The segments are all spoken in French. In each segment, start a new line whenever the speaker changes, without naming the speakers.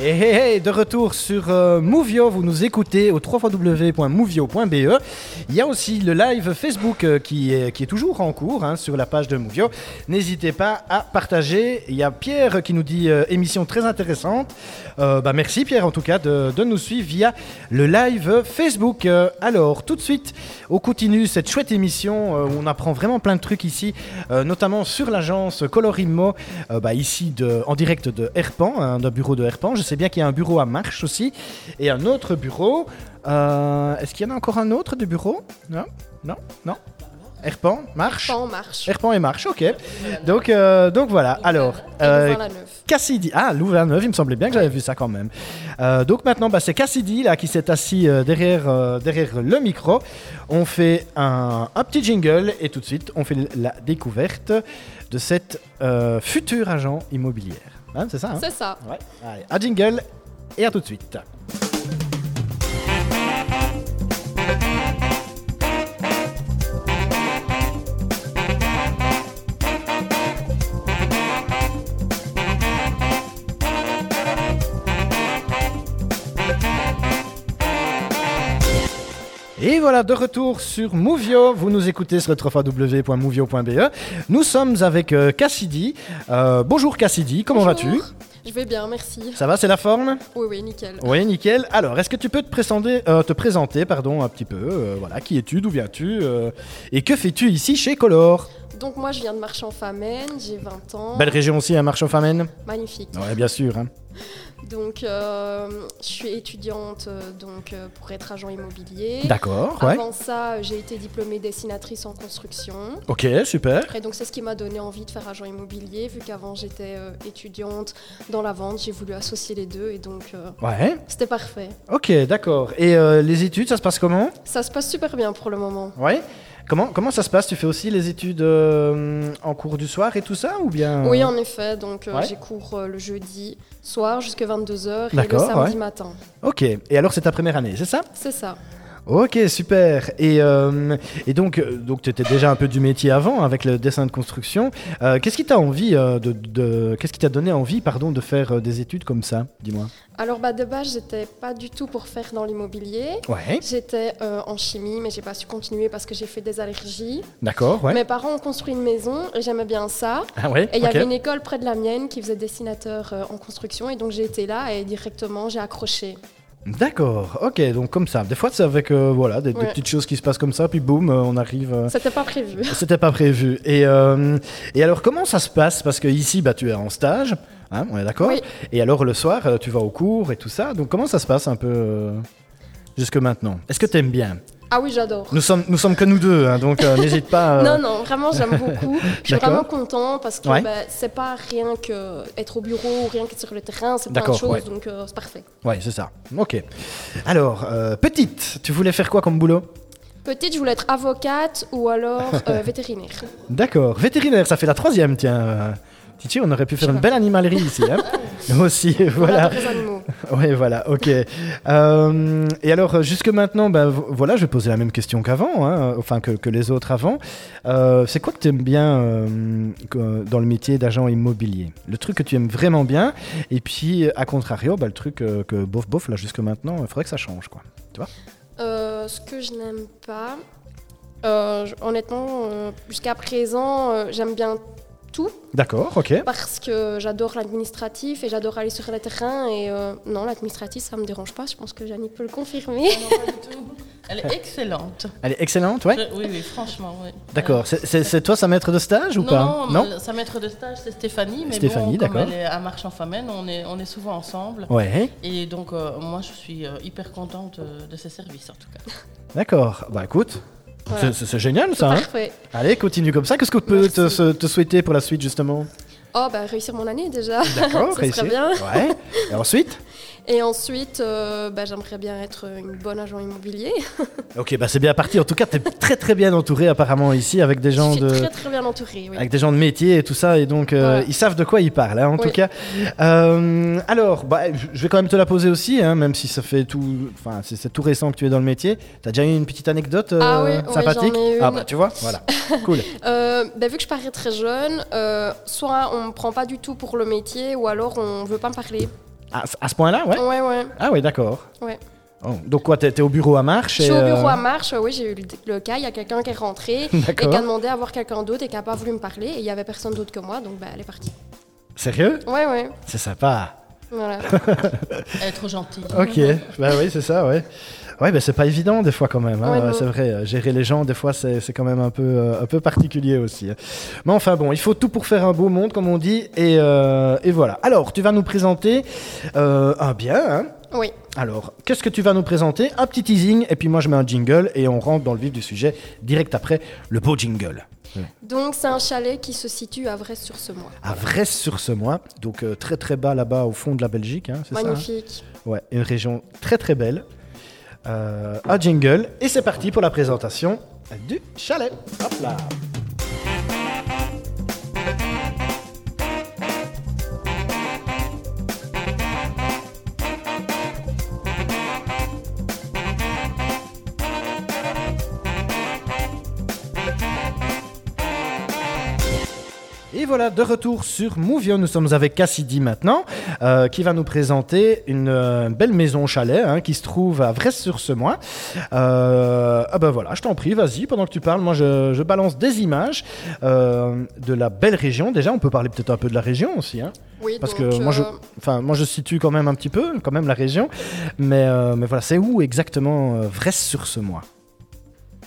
Et hey, hey, de retour sur euh, Movio, vous nous écoutez au www.movio.be. Il y a aussi le live Facebook euh, qui, est, qui est toujours en cours hein, sur la page de Movio. N'hésitez pas à partager. Il y a Pierre qui nous dit euh, émission très intéressante. Euh, bah, merci Pierre en tout cas de, de nous suivre via le live Facebook. Euh, alors tout de suite, on continue cette chouette émission euh, où on apprend vraiment plein de trucs ici, euh, notamment sur l'agence Colorimo, euh, bah, ici de- en direct de Herpan, hein, d'un bureau de Herpan. Je sais bien qu'il y a un bureau à Marche aussi et un autre bureau. Euh, Est-ce qu'il y en a encore un autre de bureau Non, non, non. Herpan, Marche.
Pas en marche.
Herpan et Marche, ok. Donc, euh, donc voilà. Alors,
Et
euh,
Louvain la Neuve.
Cassidy. Ah, Louvain-Neuve, il me semblait bien que j'avais vu ça quand même. Euh, donc maintenant, bah, c'est Cassidy là, qui s'est assis euh, derrière, euh, derrière le micro. On fait un, un petit jingle et tout de suite, on fait la découverte de cette euh, future agent immobilière. Hein, c'est ça, hein
C'est ça.
Ouais. Allez, un jingle et à tout de suite. Et voilà, de retour sur Movio. Vous nous écoutez sur le www.movio.be. Nous sommes avec euh, Cassidy. Euh, bonjour Cassidy, comment vas-tu
Bonjour. Je vais bien, merci.
Ça va, c'est la forme
Oui, oui, nickel.
Oui, nickel. Alors, est-ce que tu peux te présenter, euh, te présenter pardon, un petit peu euh, Voilà, qui es-tu D'où viens-tu euh, Et que fais-tu ici chez Color
Donc moi, je viens de Marchand-Famène, j'ai 20 ans.
Oh. Belle région aussi, à marche en famène
Magnifique.
Ouais, bien sûr. hein.
Donc euh, je suis étudiante euh, donc euh, pour être agent immobilier.
D'accord, ouais.
Avant ça, euh, j'ai été diplômée dessinatrice en construction.
Ok, super.
Et donc c'est ce qui m'a donné envie de faire agent immobilier, vu qu'avant j'étais euh, étudiante dans la vente, j'ai voulu associer les deux et donc euh,
Ouais,
c'était parfait.
ok, d'accord. Et euh, les études, ça se passe comment
Ça se passe super bien pour le moment.
Ouais. Comment, comment ça se passe Tu fais aussi les études euh, en cours du soir et tout ça ou bien
Oui, en effet. Donc, euh,
Ouais.
j'ai cours euh, le jeudi soir jusqu'à 22h et le
D'accord,
samedi
ouais.
matin.
Ok, et alors c'est ta première année, c'est ça
C'est ça.
Ok, super. Et, euh, et donc, euh, donc tu étais déjà un peu du métier avant avec le dessin de construction. Euh, qu'est-ce qui t'a envie euh, de, de- qu'est-ce qui t'a donné envie, pardon, de faire euh, des études comme ça Dis-moi.
Alors, bah, de base, j'étais pas du tout pour faire dans l'immobilier.
Ouais.
J'étais euh, en chimie, mais j'ai pas su continuer parce que j'ai fait des allergies.
D'accord. Ouais.
Mes parents ont construit une maison et j'aimais bien ça.
Ah ouais.
Et il y
ok.
avait une école près de la mienne qui faisait dessinateur euh, en construction. Et donc, j'ai été là et directement, j'ai accroché.
D'accord. Ok. Donc comme ça. Des fois, c'est avec euh, voilà des, des
Ouais.
petites choses qui se passent comme ça, puis boum, euh, on arrive. euh,
C'était pas prévu.
C'était pas prévu. Et, euh, et alors, comment ça se passe Parce que ici, bah, tu es en stage, hein, on est d'accord
Oui.
Et alors, le soir, euh, tu vas au cours et tout ça. Donc, comment ça se passe un peu euh, jusque maintenant Est-ce que t'aimes bien
Ah oui, j'adore.
nous sommes, nous sommes que nous deux, hein, donc euh, n'hésite pas. euh,
Non, non, vraiment, j'aime beaucoup. Je suis
D'accord.
vraiment content parce que
Ouais.
bah, c'est pas rien que être au bureau, rien qu'être sur le terrain, c'est plein de
D'accord,
choses,
ouais.
donc euh, c'est parfait.
Ouais, c'est ça. Ok. Alors, euh, petite, tu voulais faire quoi comme boulot
Petite, je voulais être avocate ou alors euh, vétérinaire.
D'accord. Vétérinaire, ça fait la troisième, tiens. euh, Titi, on aurait pu faire une belle animalerie ici. Hein Nous aussi, voilà.
Voilà. les animaux.
Oui, voilà, ok. Euh, et alors, euh, jusque maintenant, ben, vo- voilà, je vais poser la même question qu'avant, hein, euh, enfin que, que les autres avant. Euh, c'est quoi que tu aimes bien euh, que- dans le métier d'agent immobilier Le truc que tu aimes vraiment bien, et puis, à contrario, ben, le truc euh, que bof bof, là, jusque maintenant, il faudrait que ça change, quoi.
Euh, ce que je n'aime pas, euh, j- honnêtement, euh, jusqu'à présent, euh, j'aime bien tout
D'accord, ok.
parce que j'adore l'administratif et j'adore aller sur le terrain et euh, non l'administratif ça me dérange pas je pense que Janie peut le confirmer
hein.
Elle est excellente.
Elle est excellente, ouais
Je- Oui, oui, franchement, oui. Euh,
D'accord. C'est- C'est c'est toi sa maître de stage ou
Non,
pas
non, ma- sa maître de stage, c'est Stéphanie. Mais
Stéphanie,
bon, comme
d'accord.
elle est à Marchand-Famène, on est, on est souvent ensemble.
Ouais,
Et donc, euh, moi, je suis euh, hyper contente euh, de ses services, en tout cas.
d'accord. Bah écoute,
Voilà.
c'est- c'est c'est génial ça. hein
parfait
Allez, continue comme ça. Qu'est-ce que peut te-
Merci.
se- te souhaiter pour la suite justement
oh bah réussir mon année déjà
D'accord,
Ça serait
réussir.
bien.
Ouais. Et ensuite
Et ensuite, euh, bah, j'aimerais bien être une bonne agent immobilier.
Ok, bah c'est bien parti. En tout cas, t'es très très bien entouré apparemment ici avec des gens
je suis
de.
très très bien entourée. oui.
Avec des gens de métier et tout ça, et donc euh,
Voilà.
ils savent de quoi ils parlent, hein, en
Oui.
tout cas. Euh, alors, bah, je je vais quand même te la poser aussi, hein, même si ça fait tout, enfin, c'est c'est tout récent que tu es dans le métier. T'as déjà eu une petite anecdote euh,
Ah oui, oui,
sympathique
j'en ai une.
Ah bah tu vois, voilà, cool.
Euh, bah, vu que je parais très jeune, euh, soit on me prend pas du tout pour le métier, ou alors on veut pas me parler.
À, à ce point-là, ouais
Ouais, ouais.
Ah oui, d'accord.
Ouais.
Oh, Donc quoi, t'es t'es au bureau à marche
Je suis
et,
au bureau
euh,
à marche, oui, j'ai eu le, le cas, il y a quelqu'un qui est rentré et qui
D'accord.
a demandé à voir quelqu'un d'autre et qui n'a pas voulu me parler et il n'y avait personne d'autre que moi, donc bah, elle est partie.
Sérieux
Ouais, ouais,
C'est sympa.
voilà.
Être gentil.
Ok, bah oui, c'est ça, ouais. Ouais, bah c'est pas évident des fois quand même. hein.
Ouais, non.
c'est vrai, euh, gérer les gens, des fois, c'est c'est quand même un peu, euh, un peu particulier aussi. hein. Mais enfin bon, il faut tout pour faire un beau monde, comme on dit, et, euh, et voilà. Alors, tu vas nous présenter euh, un bien. hein.
Oui,
Alors, qu'est-ce que tu vas nous présenter Un petit teasing, et puis moi je mets un jingle, et on rentre dans le vif du sujet direct après le beau jingle.
donc c'est un chalet qui se situe à Vresse sur ce mois.
À Vresse sur ce mois, donc euh, très très bas là-bas au fond de la Belgique, hein, c'est ça hein
Magnifique.
Ouais, une région très très belle. Euh, un jingle et c'est parti pour la présentation du chalet. Hop là. Et voilà, de retour sur Mouvio, nous sommes avec Cassidy maintenant, euh, qui va nous présenter une euh, belle maison chalet hein, qui se trouve à vresse sur ce mois. ah ben voilà, je t'en prie, vas-y, pendant que tu parles, moi je, je balance des images euh, de la belle région. Déjà, on peut parler peut-être un peu de la région aussi, hein,
Oui,
parce
donc,
que moi je,
euh,
enfin moi je situe quand même un petit peu, quand même la région, mais euh, mais voilà, c'est où exactement euh, vresse sur ce mois,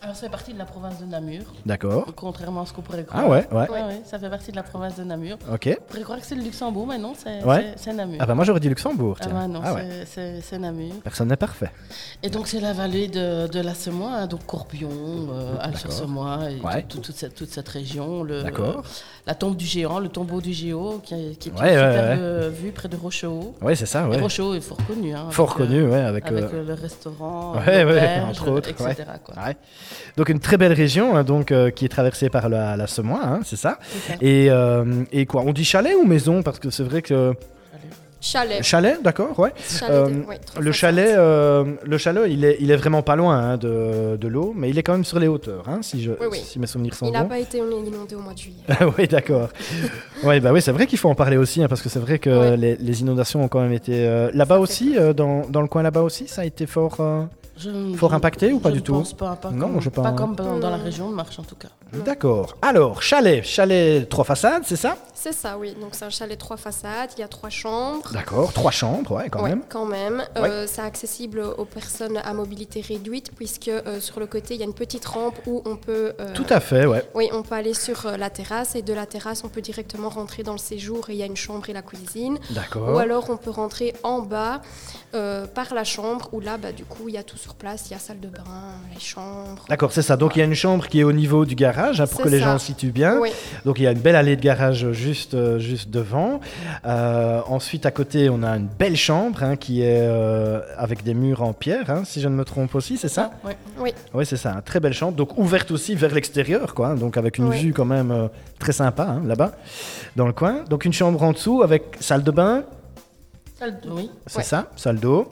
Alors, ça fait partie de la province de Namur,
d'accord
contrairement à ce qu'on pourrait croire.
Oh. Ah ouais, ouais,
Ouais, ouais, ça fait partie de la province de Namur.
ok.
On pourrait croire que c'est le Luxembourg, mais non, c'est
Ouais.
c'est- c'est Namur.
Ah ben moi j'aurais dit Luxembourg.
Ah
Tiens.
bah non,
Ah ouais.
c'est- c'est c'est Namur.
Personne n'est parfait.
Et donc c'est la vallée de, de l'Assemois, hein, donc Corbion, euh, Alcersemois, et
Ouais.
tout- toute, cette, toute cette région. Le,
D'accord.
la tombe du géant, le tombeau du géo, qui, est- qui est
Ouais,
une
ouais,
superbe
ouais.
euh, vue près de Rochehaut.
Ouais, c'est ça,
Et
ouais.
Rochehaut est fort connu. hein,
Fort
avec, euh,
connu, ouais, avec.
avec
euh,
euh, le restaurant,
Ouais, ouais,
l'auberge,
entre autres,
etc. quoi.
ouais. Donc une très belle région, hein, donc euh, qui est traversée par la, la Semois, hein, c'est ça.
C'est ça.
Et, euh, et quoi On dit chalet ou maison Parce que c'est vrai que
Chalet.
chalet, d'accord, ouais.
Chalet,
Euh,
de- ouais,
Le
360.
chalet, euh, le chalet, il est, il est vraiment pas loin hein, de, de l'eau, mais il est quand même sur les hauteurs, hein, si, je,
Oui, oui.
si mes souvenirs sont
Il n'a
bons.
pas été inondé au mois de juillet.
oui, Ah d'accord. ouais, bah oui, c'est vrai qu'il faut en parler aussi, hein, parce que c'est vrai que
Ouais.
les, les inondations ont quand même été euh, là-bas
Ça fait
aussi, euh, dans, dans le coin là-bas aussi, ça a été fort. euh,
Je-
Fort
je-
impacté ou pas
je
du
ne
tout
pense pas, pas
Non,
comme,
je
pas
pense-
comme dans, dans la
Hmm.
région de Marche en tout cas.
Ah.
D'accord. Alors, chalet, chalet, trois façades, c'est ça
C'est ça, oui. Donc c'est un chalet trois façades, il y a trois chambres.
D'accord, trois chambres, ouais, quand
Ouais,
même.
Quand même. Euh, c'est accessible aux personnes à mobilité réduite puisque euh, sur le côté, il y a une petite rampe où on peut... euh,
Tout à fait, ouais.
Oui, on peut aller sur euh, la terrasse et de la terrasse, on peut directement rentrer dans le séjour et il y a une chambre et la cuisine. Ou
D'accord.
alors on peut rentrer en bas euh, par la chambre où là, bah, du coup, il y a tout sur place, il y a salle de bain, les chambres.
D'accord, c'est ça. Donc il y a une chambre qui est au niveau du garage hein, pour
C'est
que les
ça.
gens se situent bien.
Oui,
Donc il y a une belle allée de garage juste, euh, juste devant. Euh, ensuite, à côté, on a une belle chambre hein, qui est euh, avec des murs en pierre, hein, si je ne me trompe aussi, c'est ça
Ouais.
oui,
Oui, c'est ça. une très belle chambre. Donc ouverte aussi vers l'extérieur, quoi. hein, donc avec une
Ouais.
vue quand même euh, très sympa hein, là-bas, dans le coin. Donc une chambre en dessous avec salle de bain,
Salle de- oui.
c'est
Ouais.
ça, salle d'eau.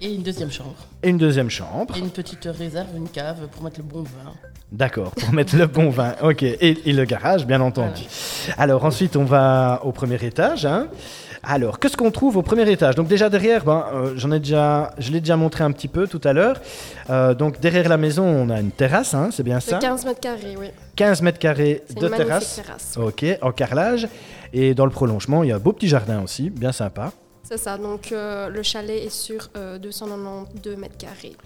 Et une deuxième chambre.
Et une deuxième chambre.
Et une petite réserve, une cave pour mettre le bon vin.
D'accord, pour mettre le bon vin. Ok, et, et le garage, bien entendu. Alors ensuite, on va au premier étage. hein. Alors, qu'est-ce qu'on trouve au premier étage Donc déjà derrière, ben, euh, j'en ai déjà, je l'ai déjà montré un petit peu tout à l'heure. Euh, donc derrière la maison, on a une terrasse, hein, c'est bien
de
ça
15 mètres carrés, oui.
15 mètres carrés
C'est
de
une magnifique
terrasse.
terrasse.
Ok, en carrelage. Et dans le prolongement, il y a un beau petit jardin aussi, bien sympa.
C'est ça, donc euh, le chalet est sur euh, 292 mètres carrés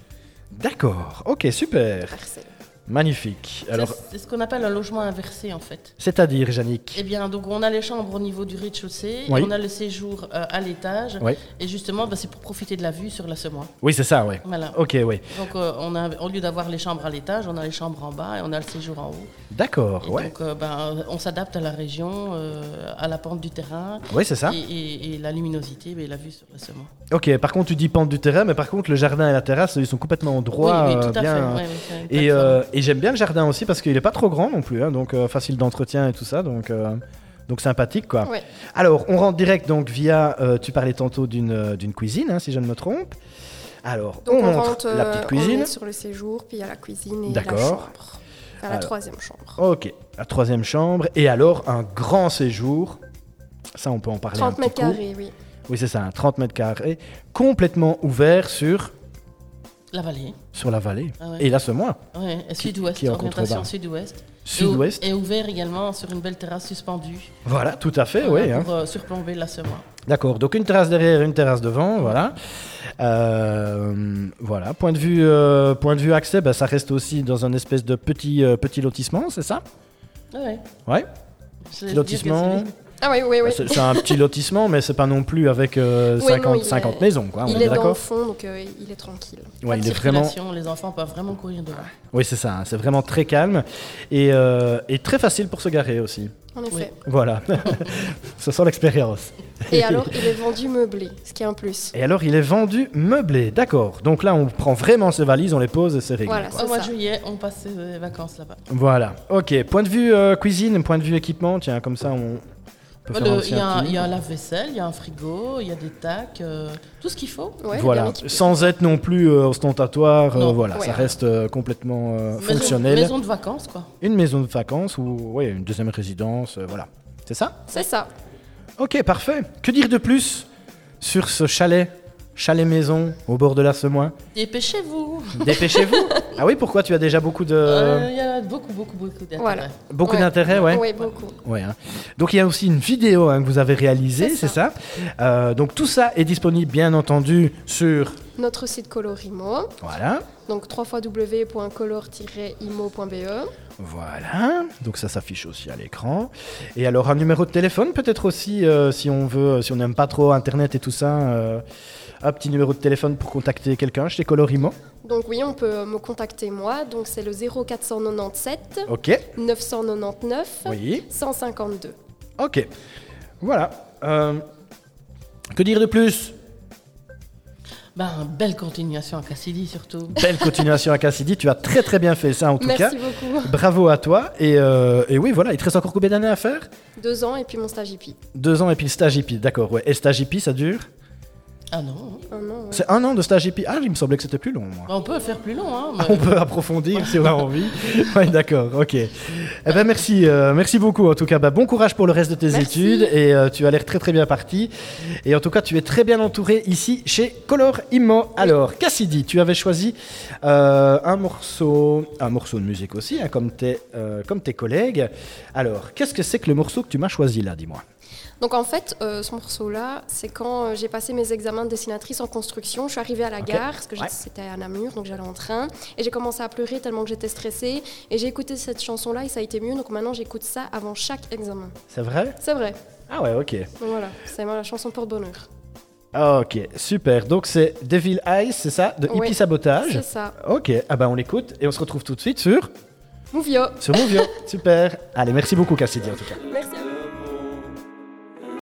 D'accord, ok, super,
parcelle.
magnifique. Alors,
C'est- C'est ce qu'on appelle un logement inversé en fait.
c'est-à-dire, Yannick
Eh bien, donc on a les chambres au niveau du rez-de-chaussée,
Oui.
on a le séjour euh, à l'étage,
Oui,
et justement, bah, c'est pour profiter de la vue sur la Semois.
oui c'est ça, oui.
Voilà.
Ok, oui.
Donc, euh, on a, au lieu d'avoir les chambres à l'étage, on a les chambres en bas et on a le séjour en haut.
D'accord,
Et
Ah, ouais.
donc, euh, ben, on s'adapte à la région, euh, à la pente du terrain
Oui, c'est ça.
et, et- et la luminosité et la vue sur la Semois.
Ok, par contre, tu dis pente du terrain, mais par contre, le jardin et la terrasse, ils sont complètement droits.
oui, oui,
euh,
tout à
bien.
fait. ouais, oui, c'est une
Et,
plateforme.
euh, et j'aime bien le jardin aussi parce qu'il n'est pas trop grand non plus, hein, donc euh, facile d'entretien et tout ça, donc, euh, donc sympathique quoi.
Ouais.
Alors, on rentre direct donc via, euh, tu parlais tantôt d'une euh, d'une cuisine, hein, si je ne me trompe. Alors,
Donc
on,
on,
rentre
rentre
la
euh,
petite
on
cuisine.
est sur le séjour, puis il y a la cuisine et la
D'accord.
chambre. Enfin, la
Alors.
troisième chambre.
Ok, la troisième chambre. Et alors, un grand séjour. Ça, on peut en parler un
30
petit
mètres
coup.
carrés, oui.
Oui, c'est ça, un 30 mètres carrés, complètement ouvert sur,
La vallée.
sur la vallée.
Ah ouais.
Et là, ce mois,
Ouais, et sud-ouest,
qui est en
orientation
contrebas.
sud-ouest.
sud-ouest.
Et ouvert également sur une belle terrasse suspendue.
Voilà, tout à fait, oui.
voilà,
hein.
Pour euh, surplomber la semoie.
D'accord, donc une terrasse derrière, une terrasse devant, voilà. Euh, voilà, point de vue, euh, point de vue accès, bah, ça reste aussi dans un espèce de petit, euh, petit lotissement, c'est ça
Ouais.
Ouais.
Je vais
Petit
dire
lotissement. Bah,
que c'est-
Ah oui, oui, oui.
C'est c'est un petit lotissement, mais c'est pas non plus avec euh,
Oui,
50,
non, il
50
est-
maisons, quoi. On
Il
est
est dans le
d'accord
fond, donc euh, il est tranquille.
pas
Ouais,
de
il est vraiment.
circulation, Les enfants peuvent vraiment courir devant.
Oui, c'est ça, hein, c'est vraiment très calme et, euh, et très facile pour se garer aussi.
En effet.
Voilà, ce sont l'expérience.
Et alors, il est vendu meublé, ce qui est un plus.
Et alors, il est vendu meublé, d'accord. Donc là, on prend vraiment ses valises, on les pose et c'est réglé.
Voilà, c'est
Ah. Au mois
ça.
de juillet, on passe les vacances là-bas.
Voilà. Ok. Point de vue euh, cuisine, point de vue équipement. Tiens, comme ça, on peut
Bah,
faire
le-
aussi
Il y, a
un
un-
petit-
il y a un lave-vaisselle, il y a un frigo, il y a des tacs, euh, tout ce qu'il faut.
Ouais, il est bien
voilà.
équipé.
Sans être non plus euh, ostentatoire. euh,
Non.
voilà.
Ouais.
Ça reste euh, complètement euh,
Maison-
fonctionnel.
Maison de vacances, quoi.
Une maison de vacances ou ouais, une deuxième résidence. euh, voilà. C'est ça.
C'est ça.
Ok. Parfait. Que dire de plus sur ce chalet, chalet maison au bord de la Semois
Dépêchez-vous
Dépêchez-vous. ah oui. Pourquoi tu as déjà beaucoup de
Euh, Il y a beaucoup, beaucoup, beaucoup d'intérêt.
Voilà.
beaucoup
Ouais.
d'intérêt, ouais.
Oui, beaucoup.
Ouais, hein. Donc il y a aussi une vidéo hein, que vous avez réalisée, c'est
C'est
ça, Euh, Donc tout ça est disponible bien entendu sur...
Notre site Colorimo,
Voilà,
donc www.color-imo.be.
voilà. Donc ça s'affiche aussi à l'écran. Et alors un numéro de téléphone peut-être aussi euh, si on veut, si on n'aime pas trop Internet et tout ça. euh, un petit numéro de téléphone pour contacter quelqu'un chez Colorimo.
Donc oui, on peut me contacter moi. Donc c'est le 0497
Ok.
999
Oui.
152.
Ok. Voilà. Euh, que dire de plus
Ben, belle continuation à Cassidy, surtout.
Belle continuation à Cassidy. Tu as très très bien fait ça en tout cas.
Merci beaucoup.
Bravo à toi. Et, euh, et oui, voilà, il te reste encore combien d'années à faire
Deux ans et puis mon stage hippie.
Deux ans et puis le stage hippie, d'accord. Ouais. Et stage hippie, ça dure
Ah non.
Un an, ouais.
C'est un an de stage hippie. Ah, il me semblait que c'était plus long, moi.
Ben, on peut le faire plus long, hein.
Ah,
mais-
On peut approfondir si on a envie. Ouais, d'accord, ok. Eh ben, merci, euh, merci beaucoup. En tout cas, bah, bon courage pour le reste de tes
Merci.
études. Et euh, tu as l'air très, très bien parti. Et en tout cas, tu es très bien entouré ici chez Color Immo. Alors, Cassidy, tu avais choisi euh, un morceau, un morceau de musique aussi, hein, comme, tes, euh, comme tes collègues. Alors, qu'est-ce que c'est que le morceau que tu m'as choisi là, dis-moi
Donc en fait, euh, ce morceau-là, c'est quand euh, j'ai passé mes examens de dessinatrice en construction. Je suis arrivée à la
Ok.
gare, parce que j'ai-
Ouais.
c'était à Namur, donc j'allais en train. Et j'ai commencé à pleurer tellement que j'étais stressée. Et j'ai écouté cette chanson-là et ça a été mieux. Donc maintenant, j'écoute ça avant chaque examen.
C'est vrai
C'est vrai.
Ah ouais, ok.
Donc voilà, c'est ma chanson porte-bonheur.
Ah, Ok, super. Donc c'est Devil Eyes, c'est ça De Hippie
Oui,
Sabotage
C'est ça.
Ok, ah bah on l'écoute et on se retrouve tout de suite sur,
Mouvio.
sur Movio. super. Allez, merci beaucoup Cassidy en tout cas.
Merci.